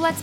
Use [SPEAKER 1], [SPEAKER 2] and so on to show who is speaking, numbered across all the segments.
[SPEAKER 1] let's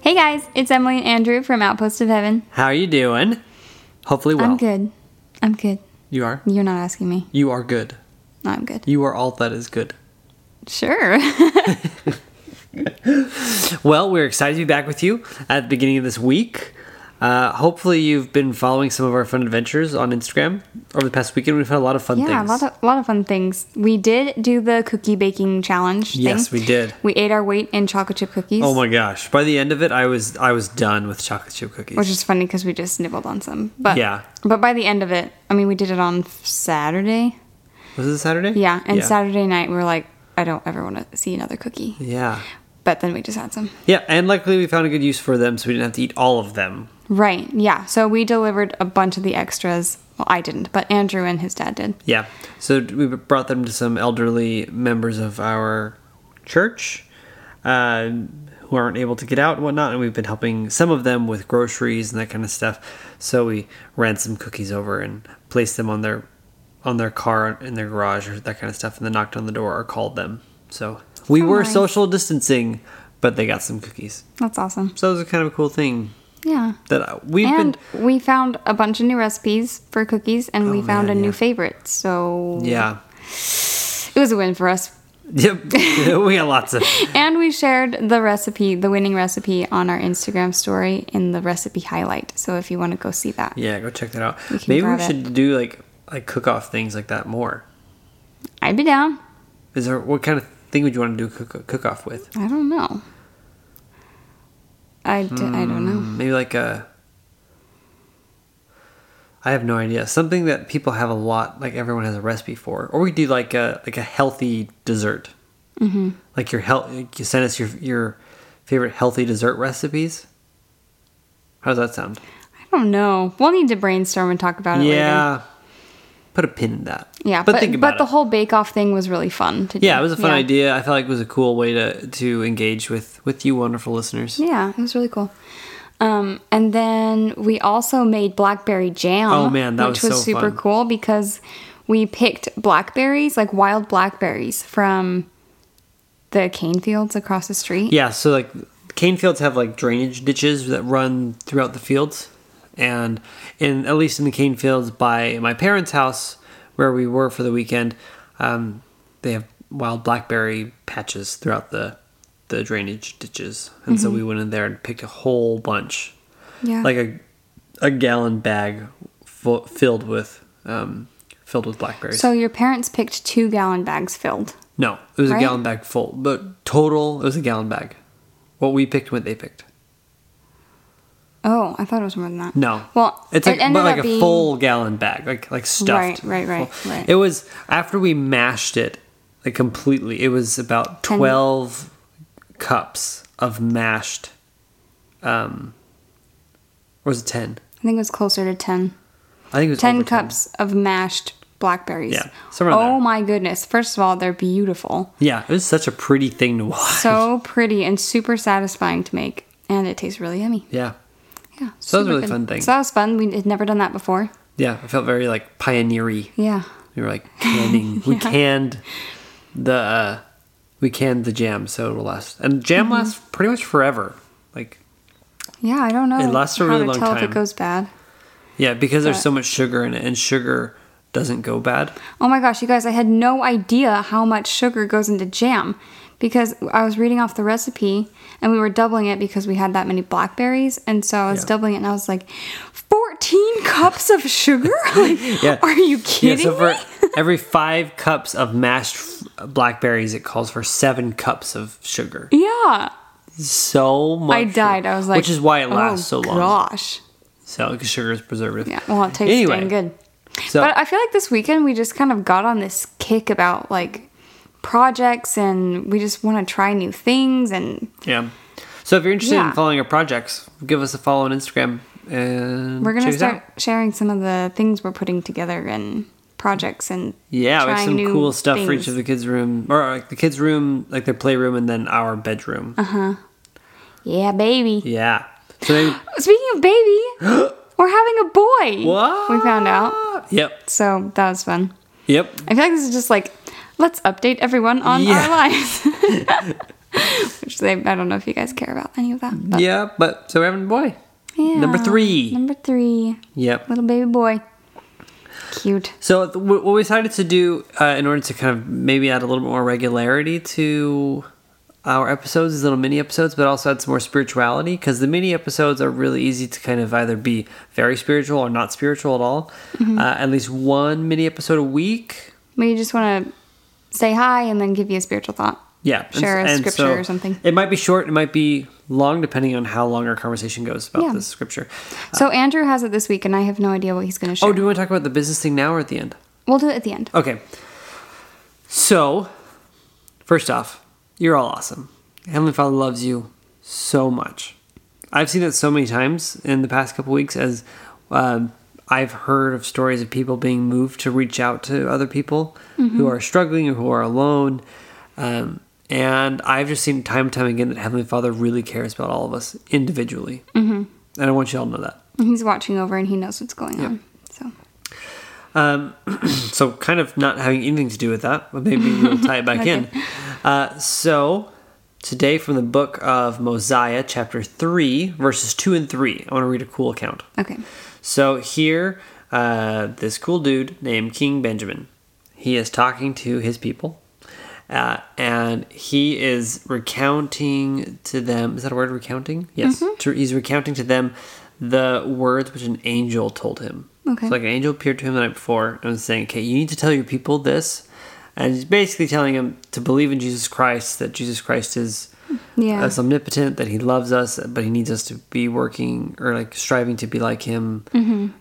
[SPEAKER 1] Hey guys, it's Emily and Andrew from Outpost of Heaven.
[SPEAKER 2] How are you doing? Hopefully well.
[SPEAKER 1] I'm good. I'm good.
[SPEAKER 2] You are?
[SPEAKER 1] You're not asking me.
[SPEAKER 2] You are good.
[SPEAKER 1] No, I'm good.
[SPEAKER 2] You are all that is good.
[SPEAKER 1] Sure.
[SPEAKER 2] Well, we're excited to be back with you at the beginning of this week. Uh, hopefully, you've been following some of our fun adventures on Instagram over the past weekend. We've had a lot of fun
[SPEAKER 3] Yeah,
[SPEAKER 2] things.
[SPEAKER 3] a lot of lot of fun things. We did do the cookie baking challenge. Thing.
[SPEAKER 2] Yes, we did.
[SPEAKER 3] We ate our weight in chocolate chip cookies,
[SPEAKER 2] oh my gosh! By the end of it, I was I was done with chocolate chip cookies.
[SPEAKER 3] which is funny because we just nibbled on some. But
[SPEAKER 2] Yeah.
[SPEAKER 3] but by the end of it, I mean, we did it on Saturday.
[SPEAKER 2] was it Saturday?
[SPEAKER 3] Yeah, and Saturday night we were like, I don't ever want to see another cookie.
[SPEAKER 2] Yeah,
[SPEAKER 3] But then we just had some.
[SPEAKER 2] yeah, and luckily we found a good use for them, so we didn't have to eat all of them.
[SPEAKER 3] Right. Yeah. So we delivered a bunch of the extras. Well, I didn't, but Andrew and his dad did.
[SPEAKER 2] Yeah. So we brought them to some elderly members of our church uh, who aren't able to get out and whatnot. And we've been helping some of them with groceries and that kind of stuff. So we ran some cookies over and placed them on their on their car in their garage or that kind of stuff. And then knocked on the door or called them. So we were
[SPEAKER 3] nice.
[SPEAKER 2] social distancing, but they got some cookies.
[SPEAKER 3] That's awesome.
[SPEAKER 2] So it was a kind of a cool thing
[SPEAKER 3] Yeah.
[SPEAKER 2] that I- we've
[SPEAKER 3] And
[SPEAKER 2] been.
[SPEAKER 3] we found a bunch of new recipes for cookies, and we found
[SPEAKER 2] man,
[SPEAKER 3] a new
[SPEAKER 2] yeah.
[SPEAKER 3] favorite. So
[SPEAKER 2] Yeah.
[SPEAKER 3] it was a win for us.
[SPEAKER 2] Yep. we got lots of.
[SPEAKER 3] And we shared the recipe, the winning recipe, on our Instagram story in the recipe highlight. So if you want to go see that,
[SPEAKER 2] Yeah, go check that out.
[SPEAKER 3] We can
[SPEAKER 2] Maybe we
[SPEAKER 3] grab it.
[SPEAKER 2] should do like like cook off things like that more.
[SPEAKER 3] I'd be down.
[SPEAKER 2] Is there what kind of thing would you want to do cook cook off with?
[SPEAKER 3] I don't know. I, d- I don't know.
[SPEAKER 2] Maybe like a I have no idea. Something that people have a lot, like everyone has a recipe for, or we do like a like a healthy dessert. Mm-hmm. Like your health, you send us your your favorite healthy dessert recipes. How does that sound?
[SPEAKER 3] I don't know. We'll need to brainstorm and talk about it later.
[SPEAKER 2] Yeah, put a pin in that.
[SPEAKER 3] Yeah,
[SPEAKER 2] but, think about
[SPEAKER 3] but the
[SPEAKER 2] it.
[SPEAKER 3] whole bake off thing was really fun to do.
[SPEAKER 2] Yeah, it was a fun idea. I felt like it was a cool way to to engage with with you wonderful listeners.
[SPEAKER 3] Yeah, it was really cool. Um, and then we also made blackberry jam.
[SPEAKER 2] Oh, man, that
[SPEAKER 3] which
[SPEAKER 2] was
[SPEAKER 3] was,
[SPEAKER 2] so
[SPEAKER 3] super
[SPEAKER 2] fun.
[SPEAKER 3] cool because we picked blackberries, like wild blackberries, from the cane fields across the street.
[SPEAKER 2] Yeah, so like cane fields have like drainage ditches that run throughout the fields. And in at least in the cane fields by my parents' house where we were for the weekend, um, they have wild blackberry patches throughout the the drainage ditches. And so we went in there and picked a whole bunch.
[SPEAKER 3] Yeah.
[SPEAKER 2] Like a a gallon bag full, filled with um, filled with blackberries.
[SPEAKER 3] so your parents picked two gallon bags filled.
[SPEAKER 2] No, it was a
[SPEAKER 3] Right?
[SPEAKER 2] gallon bag full, but total it was a gallon bag. What we picked, what they picked.
[SPEAKER 3] Oh, I thought it was more than that.
[SPEAKER 2] No,
[SPEAKER 3] Well,
[SPEAKER 2] it's like
[SPEAKER 3] it ended
[SPEAKER 2] but
[SPEAKER 3] up
[SPEAKER 2] like a
[SPEAKER 3] being-
[SPEAKER 2] full gallon bag, like like stuffed.
[SPEAKER 3] Right, right, right, right.
[SPEAKER 2] It was after we mashed it like completely. It was about twelve cups of mashed. Um, or was it ten?
[SPEAKER 3] I think it was closer to ten.
[SPEAKER 2] I think it was
[SPEAKER 3] Ten
[SPEAKER 2] over
[SPEAKER 3] cups of mashed blackberries.
[SPEAKER 2] Yeah, somewhere around
[SPEAKER 3] Oh
[SPEAKER 2] there.
[SPEAKER 3] my goodness! First of all, they're beautiful.
[SPEAKER 2] Yeah, it was such a pretty thing to watch.
[SPEAKER 3] So pretty and super satisfying to make, and it tastes really yummy.
[SPEAKER 2] yeah,
[SPEAKER 3] Yeah.
[SPEAKER 2] So that was a
[SPEAKER 3] super
[SPEAKER 2] really fun thing.
[SPEAKER 3] So that was fun. We had never done that before.
[SPEAKER 2] yeah, I felt very like pioneery.
[SPEAKER 3] Yeah.
[SPEAKER 2] We were like canning. We canned the uh, we canned the jam, so it'll last. And
[SPEAKER 3] Mm-hmm.
[SPEAKER 2] jam lasts pretty much forever. Like
[SPEAKER 3] Yeah, I don't know.
[SPEAKER 2] It lasts a
[SPEAKER 3] how
[SPEAKER 2] really
[SPEAKER 3] to
[SPEAKER 2] long
[SPEAKER 3] tell if
[SPEAKER 2] time.
[SPEAKER 3] it goes bad.
[SPEAKER 2] yeah, because there's
[SPEAKER 3] But-
[SPEAKER 2] so much sugar in it, and sugar doesn't go bad.
[SPEAKER 3] Oh my gosh, you guys, I had no idea how much sugar goes into jam because I was reading off the recipe and we were doubling it because we had that many blackberries. And so I was
[SPEAKER 2] Yeah.
[SPEAKER 3] doubling it and I was like, 14 cups of sugar? Like,
[SPEAKER 2] Yeah.
[SPEAKER 3] Are you kidding
[SPEAKER 2] yeah, so for
[SPEAKER 3] me?
[SPEAKER 2] every five cups of mashed f- blackberries, it calls for seven cups of sugar.
[SPEAKER 3] Yeah.
[SPEAKER 2] So much.
[SPEAKER 3] I
[SPEAKER 2] sugar.
[SPEAKER 3] died. I was like,
[SPEAKER 2] which is why it lasts
[SPEAKER 3] oh,
[SPEAKER 2] so long.
[SPEAKER 3] Gosh.
[SPEAKER 2] So because sugar is preservative.
[SPEAKER 3] Yeah, well, it tastes
[SPEAKER 2] Anyway,
[SPEAKER 3] dang good.
[SPEAKER 2] So
[SPEAKER 3] but uh, I feel like this weekend we just kind of got on this kick about like projects and we just want to try new things and
[SPEAKER 2] yeah. So if you're interested
[SPEAKER 3] Yeah.
[SPEAKER 2] in following our projects, give us a follow on Instagram and
[SPEAKER 3] We're gonna
[SPEAKER 2] check us out.
[SPEAKER 3] start sharing some of the things we're putting together and projects and
[SPEAKER 2] Yeah, we have
[SPEAKER 3] trying
[SPEAKER 2] some
[SPEAKER 3] new
[SPEAKER 2] cool stuff for each
[SPEAKER 3] things.
[SPEAKER 2] of the kids' room, or like the kids' room, like their playroom, and then our bedroom.
[SPEAKER 3] Uh-huh. yeah, baby.
[SPEAKER 2] Yeah. So maybe,
[SPEAKER 3] Speaking of baby, we're having a boy.
[SPEAKER 2] what?
[SPEAKER 3] We found out,
[SPEAKER 2] Yep.
[SPEAKER 3] so that was fun.
[SPEAKER 2] Yep.
[SPEAKER 3] I feel like this is just like let's update everyone on
[SPEAKER 2] Yeah.
[SPEAKER 3] our lives. Which they, I don't know if you guys care about any of that. But
[SPEAKER 2] Yeah, but so we're having a boy. Number
[SPEAKER 3] yeah.
[SPEAKER 2] three.
[SPEAKER 3] Number three.
[SPEAKER 2] Yep.
[SPEAKER 3] Little baby boy. Cute.
[SPEAKER 2] So th- what what we decided to do uh, in order to kind of maybe add a little bit more regularity to our episodes, these little mini episodes, but also add some more spirituality because the mini episodes are really easy to kind of either be very spiritual or not spiritual at all.
[SPEAKER 3] Mm-hmm.
[SPEAKER 2] Uh, at least one mini episode a week.
[SPEAKER 3] We just want to say hi and then give you a spiritual thought.
[SPEAKER 2] Yeah, and s-
[SPEAKER 3] Share a
[SPEAKER 2] and
[SPEAKER 3] scripture
[SPEAKER 2] so
[SPEAKER 3] or something.
[SPEAKER 2] It might be short, it might be long, depending on how long our conversation goes about
[SPEAKER 3] Yeah.
[SPEAKER 2] this scripture.
[SPEAKER 3] So Andrew has it this week, and I have no idea what he's going to share.
[SPEAKER 2] Ah. Oh, do we want to talk about the business thing now or at the end?
[SPEAKER 3] we'll do it at the end.
[SPEAKER 2] Okay. So, first off, you're all awesome. Heavenly Father loves you so much. I've seen it so many times in the past couple weeks as um, I've heard of stories of people being moved to reach out to other people who are struggling or who are alone. Um, and I've just seen time and time again that Heavenly Father really cares about all of us individually. Mm-hmm. And I want you all to know that.
[SPEAKER 3] He's watching over, and he knows what's going on. So
[SPEAKER 2] So, kind of not having anything to do with that, but maybe we'll tie it back in. Uh, so, today from the book of Mosiah, chapter 3, verses 2 and 3, I want to read a cool account.
[SPEAKER 3] okay,
[SPEAKER 2] So, here, uh, this cool dude named King Benjamin, he is talking to his people. Uh, and he is recounting to them. Is that a word? Recounting? Yes. To- he's recounting to them the words which an angel told him.
[SPEAKER 3] Okay.
[SPEAKER 2] So, like an angel appeared to him the night before and was saying, "Okay, you need to tell your people this," and he's basically telling him to believe in Jesus Christ. That Jesus Christ is
[SPEAKER 3] Yeah.
[SPEAKER 2] is omnipotent. That He loves us, but He needs us to be working or like striving to be like Him,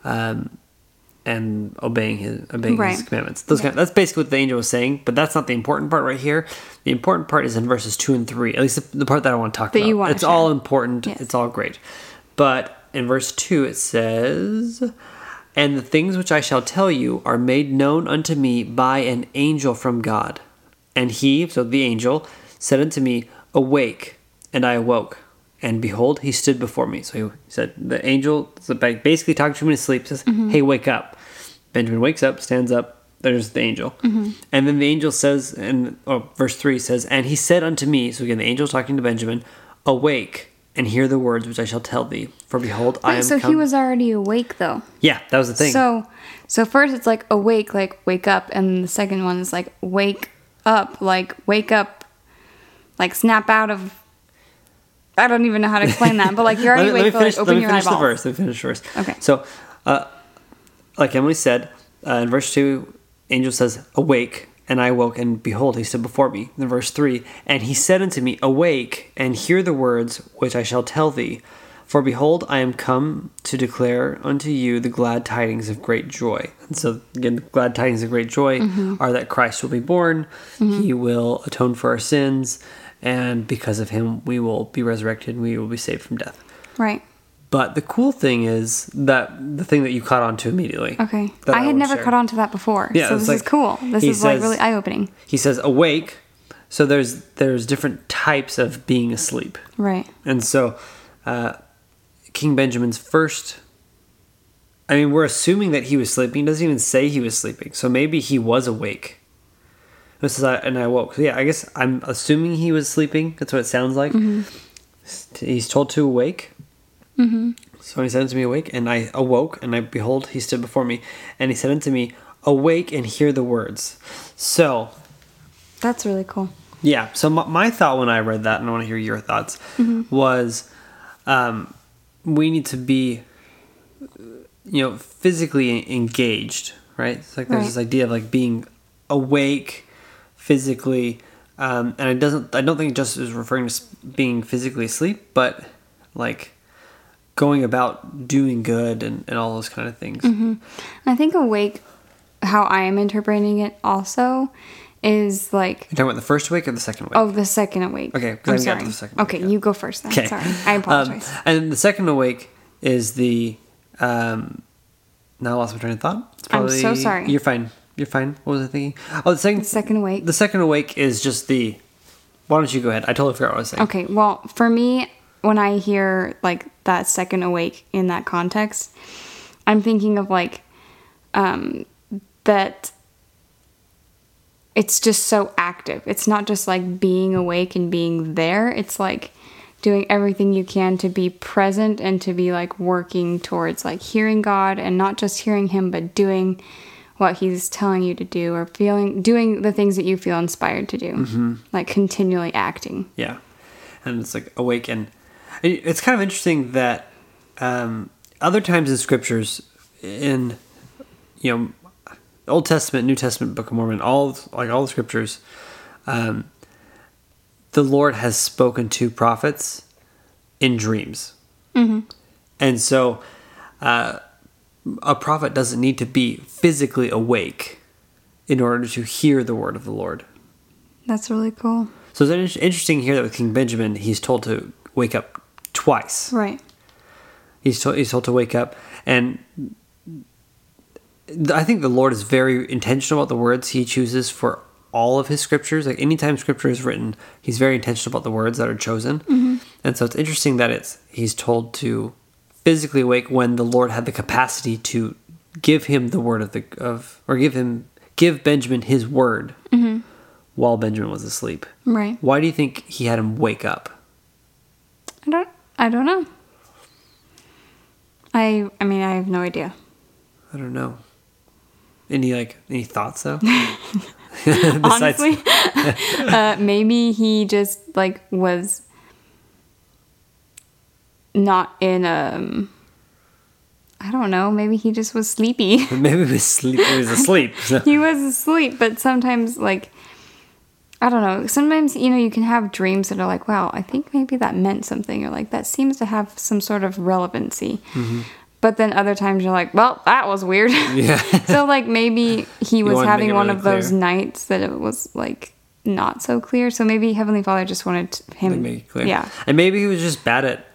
[SPEAKER 2] um, and obeying His obeying His
[SPEAKER 3] Mm-hmm. Right.
[SPEAKER 2] commandments. Those kind that's basically what the angel was saying. But that's not the important part right here. The important part is in verses two and three. At least the, the part that I want to talk
[SPEAKER 3] That
[SPEAKER 2] about.
[SPEAKER 3] you wanna
[SPEAKER 2] it's all
[SPEAKER 3] share.
[SPEAKER 2] important.
[SPEAKER 3] Yes.
[SPEAKER 2] It's all great. But in verse 2, it says, And the things which I shall tell you are made known unto me by an angel from God. And he, so the angel, said unto me, Awake. And I awoke. And behold, he stood before me. So he said, The angel so ba- basically talking to him in his sleep, says,
[SPEAKER 3] Mm-hmm.
[SPEAKER 2] Hey, wake up. Benjamin wakes up, stands up. There's the angel.
[SPEAKER 3] Mm-hmm.
[SPEAKER 2] And then the angel says, and oh, verse 3 says, And he said unto me, so again, the angel's talking to Benjamin, Awake and hear the words which I shall tell thee. For behold, I am
[SPEAKER 3] Wait, so
[SPEAKER 2] come.
[SPEAKER 3] he was already awake though.
[SPEAKER 2] yeah, that was the thing.
[SPEAKER 3] So, so first it's like awake, like wake up, and the second one is like wake up, like wake up, like snap out of. I don't even know how to explain that, but like you're already
[SPEAKER 2] let, me, let me
[SPEAKER 3] awake, but
[SPEAKER 2] finish.
[SPEAKER 3] like
[SPEAKER 2] let
[SPEAKER 3] open
[SPEAKER 2] me
[SPEAKER 3] your
[SPEAKER 2] finish the
[SPEAKER 3] eyeballs.
[SPEAKER 2] verse. Let me finish the verse.
[SPEAKER 3] Okay.
[SPEAKER 2] So, uh, like Emily said uh, in verse two, angel says, "Awake." And I awoke, and behold, he stood before me. In verse 3, and he said unto me, Awake, and hear the words which I shall tell thee. For behold, I am come to declare unto you the glad tidings of great joy. And so, again, the glad tidings of great joy
[SPEAKER 3] Mm-hmm.
[SPEAKER 2] are that Christ will be born, he will atone for our sins, and because of him, we will be resurrected and we will be saved from death.
[SPEAKER 3] Right.
[SPEAKER 2] But the cool thing is that the thing that you caught on to immediately.
[SPEAKER 3] Okay.
[SPEAKER 2] that
[SPEAKER 3] I had
[SPEAKER 2] will
[SPEAKER 3] never
[SPEAKER 2] share.
[SPEAKER 3] caught on to that before.
[SPEAKER 2] Yeah,
[SPEAKER 3] so
[SPEAKER 2] it's
[SPEAKER 3] this is
[SPEAKER 2] like-
[SPEAKER 3] cool. This
[SPEAKER 2] he
[SPEAKER 3] is like
[SPEAKER 2] says-
[SPEAKER 3] really eye opening.
[SPEAKER 2] He says awake. So there's there's different types of being asleep.
[SPEAKER 3] Right.
[SPEAKER 2] And so uh, King Benjamin's first I mean, we're assuming that he was sleeping. It doesn't even say he was sleeping. So maybe he was awake. This is I, and I woke. So yeah, I guess I'm assuming he was sleeping. That's what it sounds like. He's told to awake. So he said unto me, Awake, and I awoke, and I behold, he stood before me, and he said unto me, Awake and hear the words. So,
[SPEAKER 3] That's really cool.
[SPEAKER 2] yeah, so my, my thought when I read that, and I want to hear your thoughts, was um, we need to be, you know, physically engaged, right? It's like there's
[SPEAKER 3] Right.
[SPEAKER 2] this idea of like being awake physically, um, and it doesn't. I don't think it just is referring to s- being physically asleep, but like going about doing good and, and all those kind of things.
[SPEAKER 3] I think awake, how I am interpreting it also, is like
[SPEAKER 2] You're talking about the first awake or the second awake?
[SPEAKER 3] oh the second awake.
[SPEAKER 2] Okay, 'cause I
[SPEAKER 3] I'm
[SPEAKER 2] haven't got to
[SPEAKER 3] sorry.
[SPEAKER 2] the second awake
[SPEAKER 3] okay,
[SPEAKER 2] yet.
[SPEAKER 3] you go first then. Sorry, I
[SPEAKER 2] Um,
[SPEAKER 3] apologize.
[SPEAKER 2] and the second awake is the um now I lost my train of thought. It's
[SPEAKER 3] I'm so sorry.
[SPEAKER 2] You're fine. You're fine. What was I thinking? Oh, the second
[SPEAKER 3] The second awake.
[SPEAKER 2] the second awake is just the. Why don't you go ahead? I totally forgot what I was saying.
[SPEAKER 3] Okay, well, for me, when I hear like that second awake in that context, I'm thinking of like um, that it's just so active. It's not just like being awake and being there, it's like doing everything you can to be present and to be like working towards like hearing God and not just hearing Him, but doing what he's telling you to do or feeling doing the things that you feel inspired to do like continually acting
[SPEAKER 2] Yeah, and it's like awake and it- it's kind of interesting that um, other times in scriptures, in you know, Old Testament, New Testament, Book of Mormon, all like all the scriptures, um, the Lord has spoken to prophets in dreams, and so uh, a prophet doesn't need to be physically awake in order to hear the word of the Lord.
[SPEAKER 3] That's really cool.
[SPEAKER 2] So it's inter- interesting here that with King Benjamin, he's told to wake up twice.
[SPEAKER 3] Right.
[SPEAKER 2] He's told, he's told to wake up, and th- I think the Lord is very intentional about the words He chooses for all of His scriptures. Like anytime Scripture is written, He's very intentional about the words that are chosen. And so it's interesting that it's He's told to physically wake when the Lord had the capacity to give him the word of the of or give him give Benjamin His word while Benjamin was asleep.
[SPEAKER 3] Right.
[SPEAKER 2] Why do you think he had him wake up?
[SPEAKER 3] I don't I don't know. I I mean I have no idea.
[SPEAKER 2] I don't know. Any like any thoughts though?
[SPEAKER 3] Honestly. uh, maybe he just like was not in um I don't know, maybe he just was sleepy.
[SPEAKER 2] maybe he was, sleep, he was asleep. so-
[SPEAKER 3] he was asleep, but sometimes like I don't know. Sometimes you know you can have dreams that are like, wow, I think maybe that meant something, or like that seems to have some sort of relevancy. But then other times you're like, well, that was weird.
[SPEAKER 2] Mm-hmm. Yeah.
[SPEAKER 3] so like maybe he was
[SPEAKER 2] wanted to make
[SPEAKER 3] having
[SPEAKER 2] it
[SPEAKER 3] one
[SPEAKER 2] really
[SPEAKER 3] of those
[SPEAKER 2] clear.
[SPEAKER 3] nights that it was like not so clear. So maybe Heavenly Father just wanted t- him.
[SPEAKER 2] Like, make it clear.
[SPEAKER 3] Yeah.
[SPEAKER 2] And maybe he was just bad at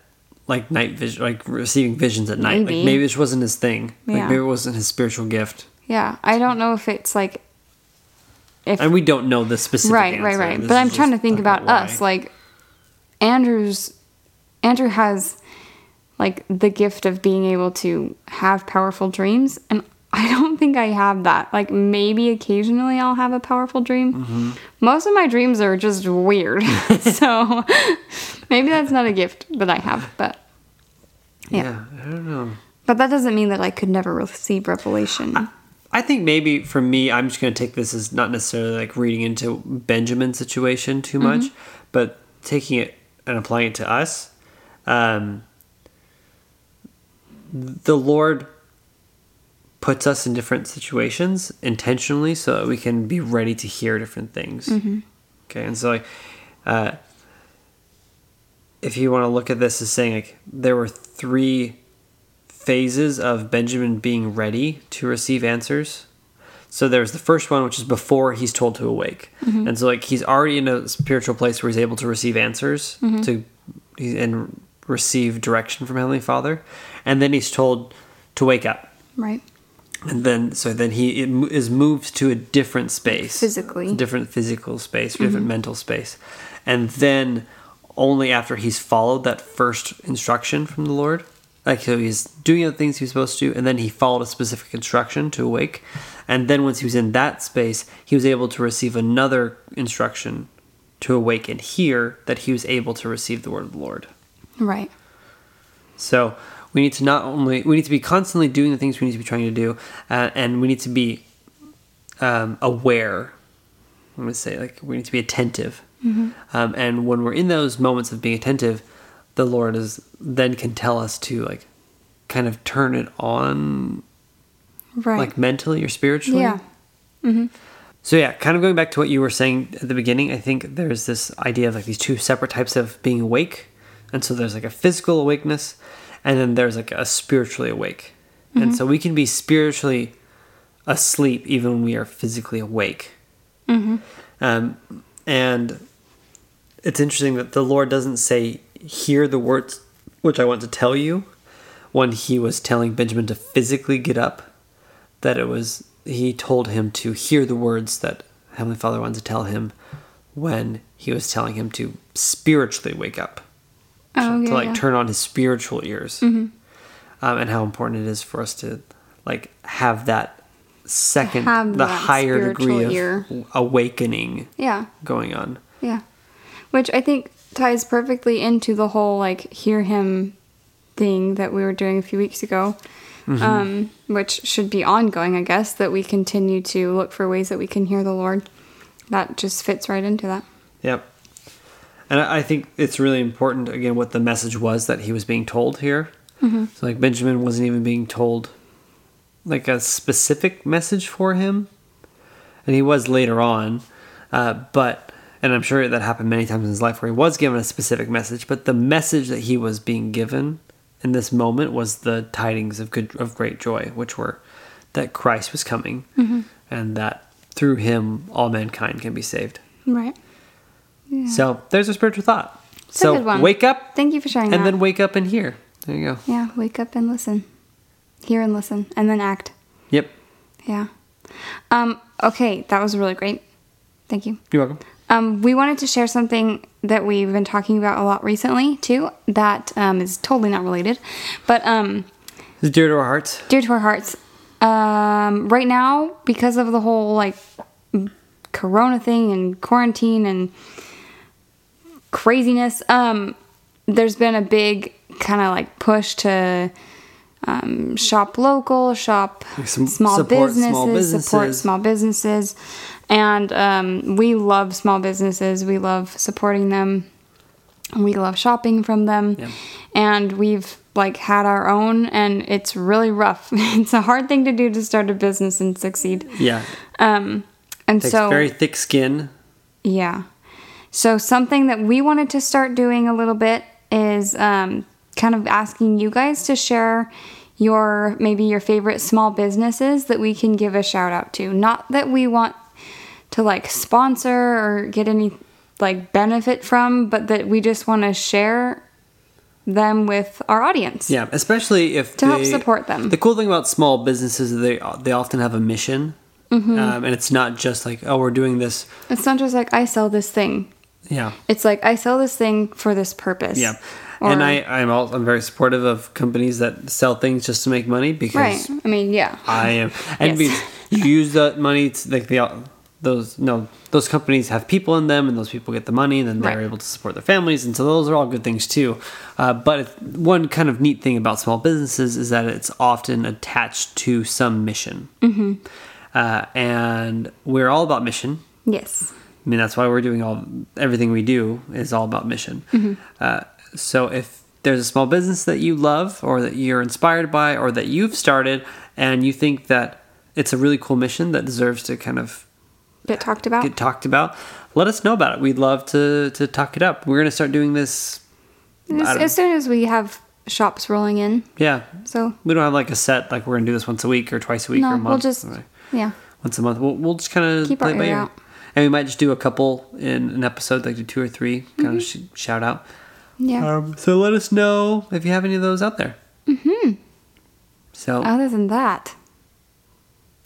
[SPEAKER 2] like night vision, like receiving visions at night.
[SPEAKER 3] Maybe.
[SPEAKER 2] Like maybe this wasn't his thing. Like
[SPEAKER 3] Yeah.
[SPEAKER 2] maybe it wasn't his spiritual gift.
[SPEAKER 3] Yeah. I don't know if it's like if
[SPEAKER 2] And we don't know the specific.
[SPEAKER 3] right right
[SPEAKER 2] answer.
[SPEAKER 3] right
[SPEAKER 2] This
[SPEAKER 3] but
[SPEAKER 2] is
[SPEAKER 3] i'm trying to
[SPEAKER 2] just,
[SPEAKER 3] think
[SPEAKER 2] like,
[SPEAKER 3] about
[SPEAKER 2] why.
[SPEAKER 3] us like andrew's andrew has like the gift of being able to have powerful dreams and i don't think i have that like maybe occasionally i'll have a powerful dream
[SPEAKER 2] Mm-hmm.
[SPEAKER 3] most of my dreams are just weird so maybe that's not a gift that i have but yeah.
[SPEAKER 2] yeah, I don't know.
[SPEAKER 3] but that doesn't mean that i could never receive revelation
[SPEAKER 2] I think maybe for me, I'm just going to take this as not necessarily like reading into Benjamin's situation too much, but taking it and applying it to us. Um, the Lord puts us in different situations intentionally so that we can be ready to hear different things. Okay, and so like, uh, if you want to look at this as saying like there were three phases of Benjamin being ready to receive answers. So there's the first one, which is before he's told to awake, and so like he's already in a spiritual place where he's able to receive answers to and receive direction from Heavenly Father, and then he's told to wake up,
[SPEAKER 3] right
[SPEAKER 2] and then so then he is moved to a different space
[SPEAKER 3] Physically.
[SPEAKER 2] different physical space different mental space and then only after he's followed that first instruction from the lord like so he's doing the things he was supposed to do and then he followed a specific instruction to awake and then once he was in that space he was able to receive another instruction to awake and hear that he was able to receive the word of the lord
[SPEAKER 3] right
[SPEAKER 2] so we need to not only we need to be constantly doing the things we need to be trying to do, uh, and we need to be um, aware. I'm going to say like we need to be attentive,
[SPEAKER 3] Mm-hmm.
[SPEAKER 2] um, and when we're in those moments of being attentive, the Lord is then can tell us to like kind of turn it on,
[SPEAKER 3] right
[SPEAKER 2] like mentally or spiritually.
[SPEAKER 3] yeah
[SPEAKER 2] So yeah, kind of going back to what you were saying at the beginning, I think there's this idea of like these two separate types of being awake. And so there's like a physical awakeness and then there's like a spiritually awake. And so we can be spiritually asleep even when we are physically awake. Um, and it's interesting that the Lord doesn't say, Hear the words which I want to tell you, when he was telling Benjamin to physically get up, that it was he told him to hear the words that Heavenly Father wanted to tell him when he was telling him to spiritually wake up.
[SPEAKER 3] Oh,
[SPEAKER 2] to
[SPEAKER 3] yeah, Mm-hmm.
[SPEAKER 2] like
[SPEAKER 3] yeah.
[SPEAKER 2] turn on his spiritual ears. Um, and how important it is for us to like have that second
[SPEAKER 3] Have
[SPEAKER 2] the
[SPEAKER 3] that
[SPEAKER 2] higher degree of
[SPEAKER 3] spiritual
[SPEAKER 2] awakening
[SPEAKER 3] yeah.
[SPEAKER 2] going on.
[SPEAKER 3] Yeah. Which I think ties perfectly into the whole like hear him thing that we were doing a few weeks ago.
[SPEAKER 2] Mm-hmm.
[SPEAKER 3] Um, which should be ongoing, I guess, that we continue to look for ways that we can hear the Lord. That just fits right into that.
[SPEAKER 2] Yep. And I I think it's really important, again, what the message was that he was being told here. So, like, Benjamin wasn't even being told, like, a specific message for him. And he was later on. Uh, but, and I'm sure that happened many times in his life where he was given a specific message, but the message that he was being given in this moment was the tidings of good of great joy, which were that Christ was coming and that through him all mankind can be saved.
[SPEAKER 3] Right.
[SPEAKER 2] So there's a spiritual thought.
[SPEAKER 3] It's a
[SPEAKER 2] so
[SPEAKER 3] good one.
[SPEAKER 2] wake up
[SPEAKER 3] Thank you for sharing
[SPEAKER 2] and
[SPEAKER 3] that.
[SPEAKER 2] then wake up and hear. There you go.
[SPEAKER 3] yeah, wake up and listen. Hear and listen and then act.
[SPEAKER 2] Yep.
[SPEAKER 3] Yeah. Um, okay, that was really great. Thank you.
[SPEAKER 2] You're welcome.
[SPEAKER 3] Um, we wanted to share something that we've been talking about a lot recently too. That um, is totally not related, but um,
[SPEAKER 2] It's dear to our hearts.
[SPEAKER 3] dear to our hearts. Um, right now, because of the whole like Corona thing and quarantine and craziness, um, there's been a big kind of like push to um, shop local, shop
[SPEAKER 2] Like some-
[SPEAKER 3] small,
[SPEAKER 2] support
[SPEAKER 3] businesses,
[SPEAKER 2] small
[SPEAKER 3] support
[SPEAKER 2] businesses.
[SPEAKER 3] small businesses, and um, we love small businesses. We love supporting them. We love shopping from them,
[SPEAKER 2] Yeah.
[SPEAKER 3] and we've like had our own, and it's really rough. it's a hard thing to do to start a business and succeed.
[SPEAKER 2] Yeah.
[SPEAKER 3] Um, and
[SPEAKER 2] Takes
[SPEAKER 3] so
[SPEAKER 2] very thick skin.
[SPEAKER 3] yeah. So something that we wanted to start doing a little bit is um, kind of asking you guys to share your maybe your favorite small businesses that we can give a shout out to. Not that we want to like sponsor or get any like benefit from, but that we just want to share them with our audience.
[SPEAKER 2] Yeah. Especially if
[SPEAKER 3] To help
[SPEAKER 2] they-
[SPEAKER 3] support them.
[SPEAKER 2] The cool thing about small businesses is they they often have a mission,
[SPEAKER 3] Mm-hmm.
[SPEAKER 2] um, and it's not just like oh we're doing this.
[SPEAKER 3] It's not just like I sell this thing.
[SPEAKER 2] Yeah.
[SPEAKER 3] It's like I sell this thing for this purpose.
[SPEAKER 2] Yeah.
[SPEAKER 3] Or-
[SPEAKER 2] and I I'm all, I'm very supportive of companies that sell things just to make money because
[SPEAKER 3] right. I mean, yeah.
[SPEAKER 2] I am. And
[SPEAKER 3] Yes.
[SPEAKER 2] we, you use that money to like the those no those companies have people in them, and those people get the money, and then they're
[SPEAKER 3] Right.
[SPEAKER 2] able to support their families, and so those are all good things too. Uh, but it- one kind of neat thing about small businesses is that it's often attached to some mission, mm-hmm. uh, and we're all about mission.
[SPEAKER 3] Yes.
[SPEAKER 2] I mean, that's why we're doing all everything we do is all about mission.
[SPEAKER 3] Mm-hmm.
[SPEAKER 2] Uh, so if there's a small business that you love or that you're inspired by or that you've started and you think that it's a really cool mission that deserves to kind of
[SPEAKER 3] Bit talked about.
[SPEAKER 2] get talked about, let us know about it. We'd love to to talk it up. We're gonna start doing this.
[SPEAKER 3] As,
[SPEAKER 2] I don't-
[SPEAKER 3] as soon as we have shops rolling in,
[SPEAKER 2] Yeah,
[SPEAKER 3] so
[SPEAKER 2] we don't have like a set like we're gonna do this once a week or twice a week or
[SPEAKER 3] no,
[SPEAKER 2] a
[SPEAKER 3] we'll
[SPEAKER 2] month.
[SPEAKER 3] just yeah,
[SPEAKER 2] once a month. We'll, we'll just kind of
[SPEAKER 3] Keep our
[SPEAKER 2] play it by
[SPEAKER 3] ear
[SPEAKER 2] ear.
[SPEAKER 3] out.
[SPEAKER 2] And we might just do a couple in an episode, like do two or three, kind of sh-
[SPEAKER 3] Mm-hmm.
[SPEAKER 2] shout out.
[SPEAKER 3] yeah.
[SPEAKER 2] Um, so let us know if you have any of those out there. Mm-hmm. So
[SPEAKER 3] Other than that,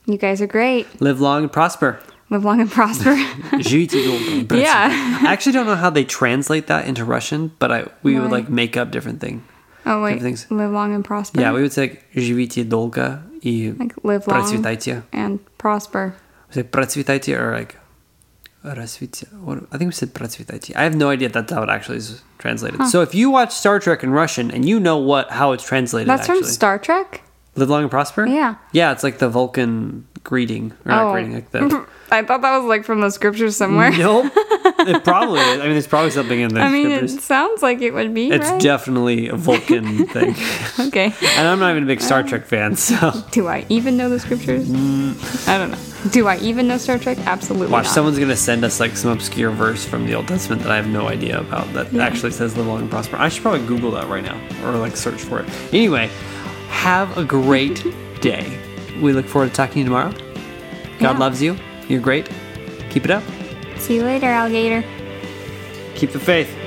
[SPEAKER 3] you guys are great.
[SPEAKER 2] live long and prosper.
[SPEAKER 3] Live long and prosper.
[SPEAKER 2] Жить и долго и
[SPEAKER 3] Yeah.
[SPEAKER 2] prosper. I actually don't know how they translate that into Russian, but I we would
[SPEAKER 3] Why?
[SPEAKER 2] like make up different thing.
[SPEAKER 3] oh wait,
[SPEAKER 2] Everything's-
[SPEAKER 3] live long and prosper.
[SPEAKER 2] Yeah, we would say like, живите долго и
[SPEAKER 3] like live long
[SPEAKER 2] процветайте.
[SPEAKER 3] and prosper.
[SPEAKER 2] We say процветайте or like расцвете. What, I think we said процветайте. I have no idea if that's how it actually is translated. So if you watch Star Trek in Russian and you know what how it's translated,
[SPEAKER 3] That's
[SPEAKER 2] actually,
[SPEAKER 3] from Star Trek.
[SPEAKER 2] Live long and prosper.
[SPEAKER 3] Yeah. Oh.
[SPEAKER 2] Yeah, it's like the Vulcan greeting or not greeting like the.
[SPEAKER 3] I thought that was like from the scriptures somewhere.
[SPEAKER 2] nope. It probably. Is. I mean, there's probably something in there.
[SPEAKER 3] I mean, it sounds like it would be.
[SPEAKER 2] it's
[SPEAKER 3] right?
[SPEAKER 2] definitely a Vulcan thing,
[SPEAKER 3] okay.
[SPEAKER 2] and I'm not even a big Star Trek fan, so.
[SPEAKER 3] Do I even know the scriptures? I don't know. Do I even know Star Trek? Absolutely
[SPEAKER 2] Mm. Watch,
[SPEAKER 3] not.
[SPEAKER 2] someone's gonna send us like some obscure verse from the Old Testament that I have no idea about that actually says "live long and prosper." I should probably Google that right now or like search for it. Anyway, have a great day. We look forward to talking to you tomorrow. God
[SPEAKER 3] Yeah.
[SPEAKER 2] loves you. You're great. Keep it up.
[SPEAKER 3] See you later, alligator.
[SPEAKER 2] Keep the faith.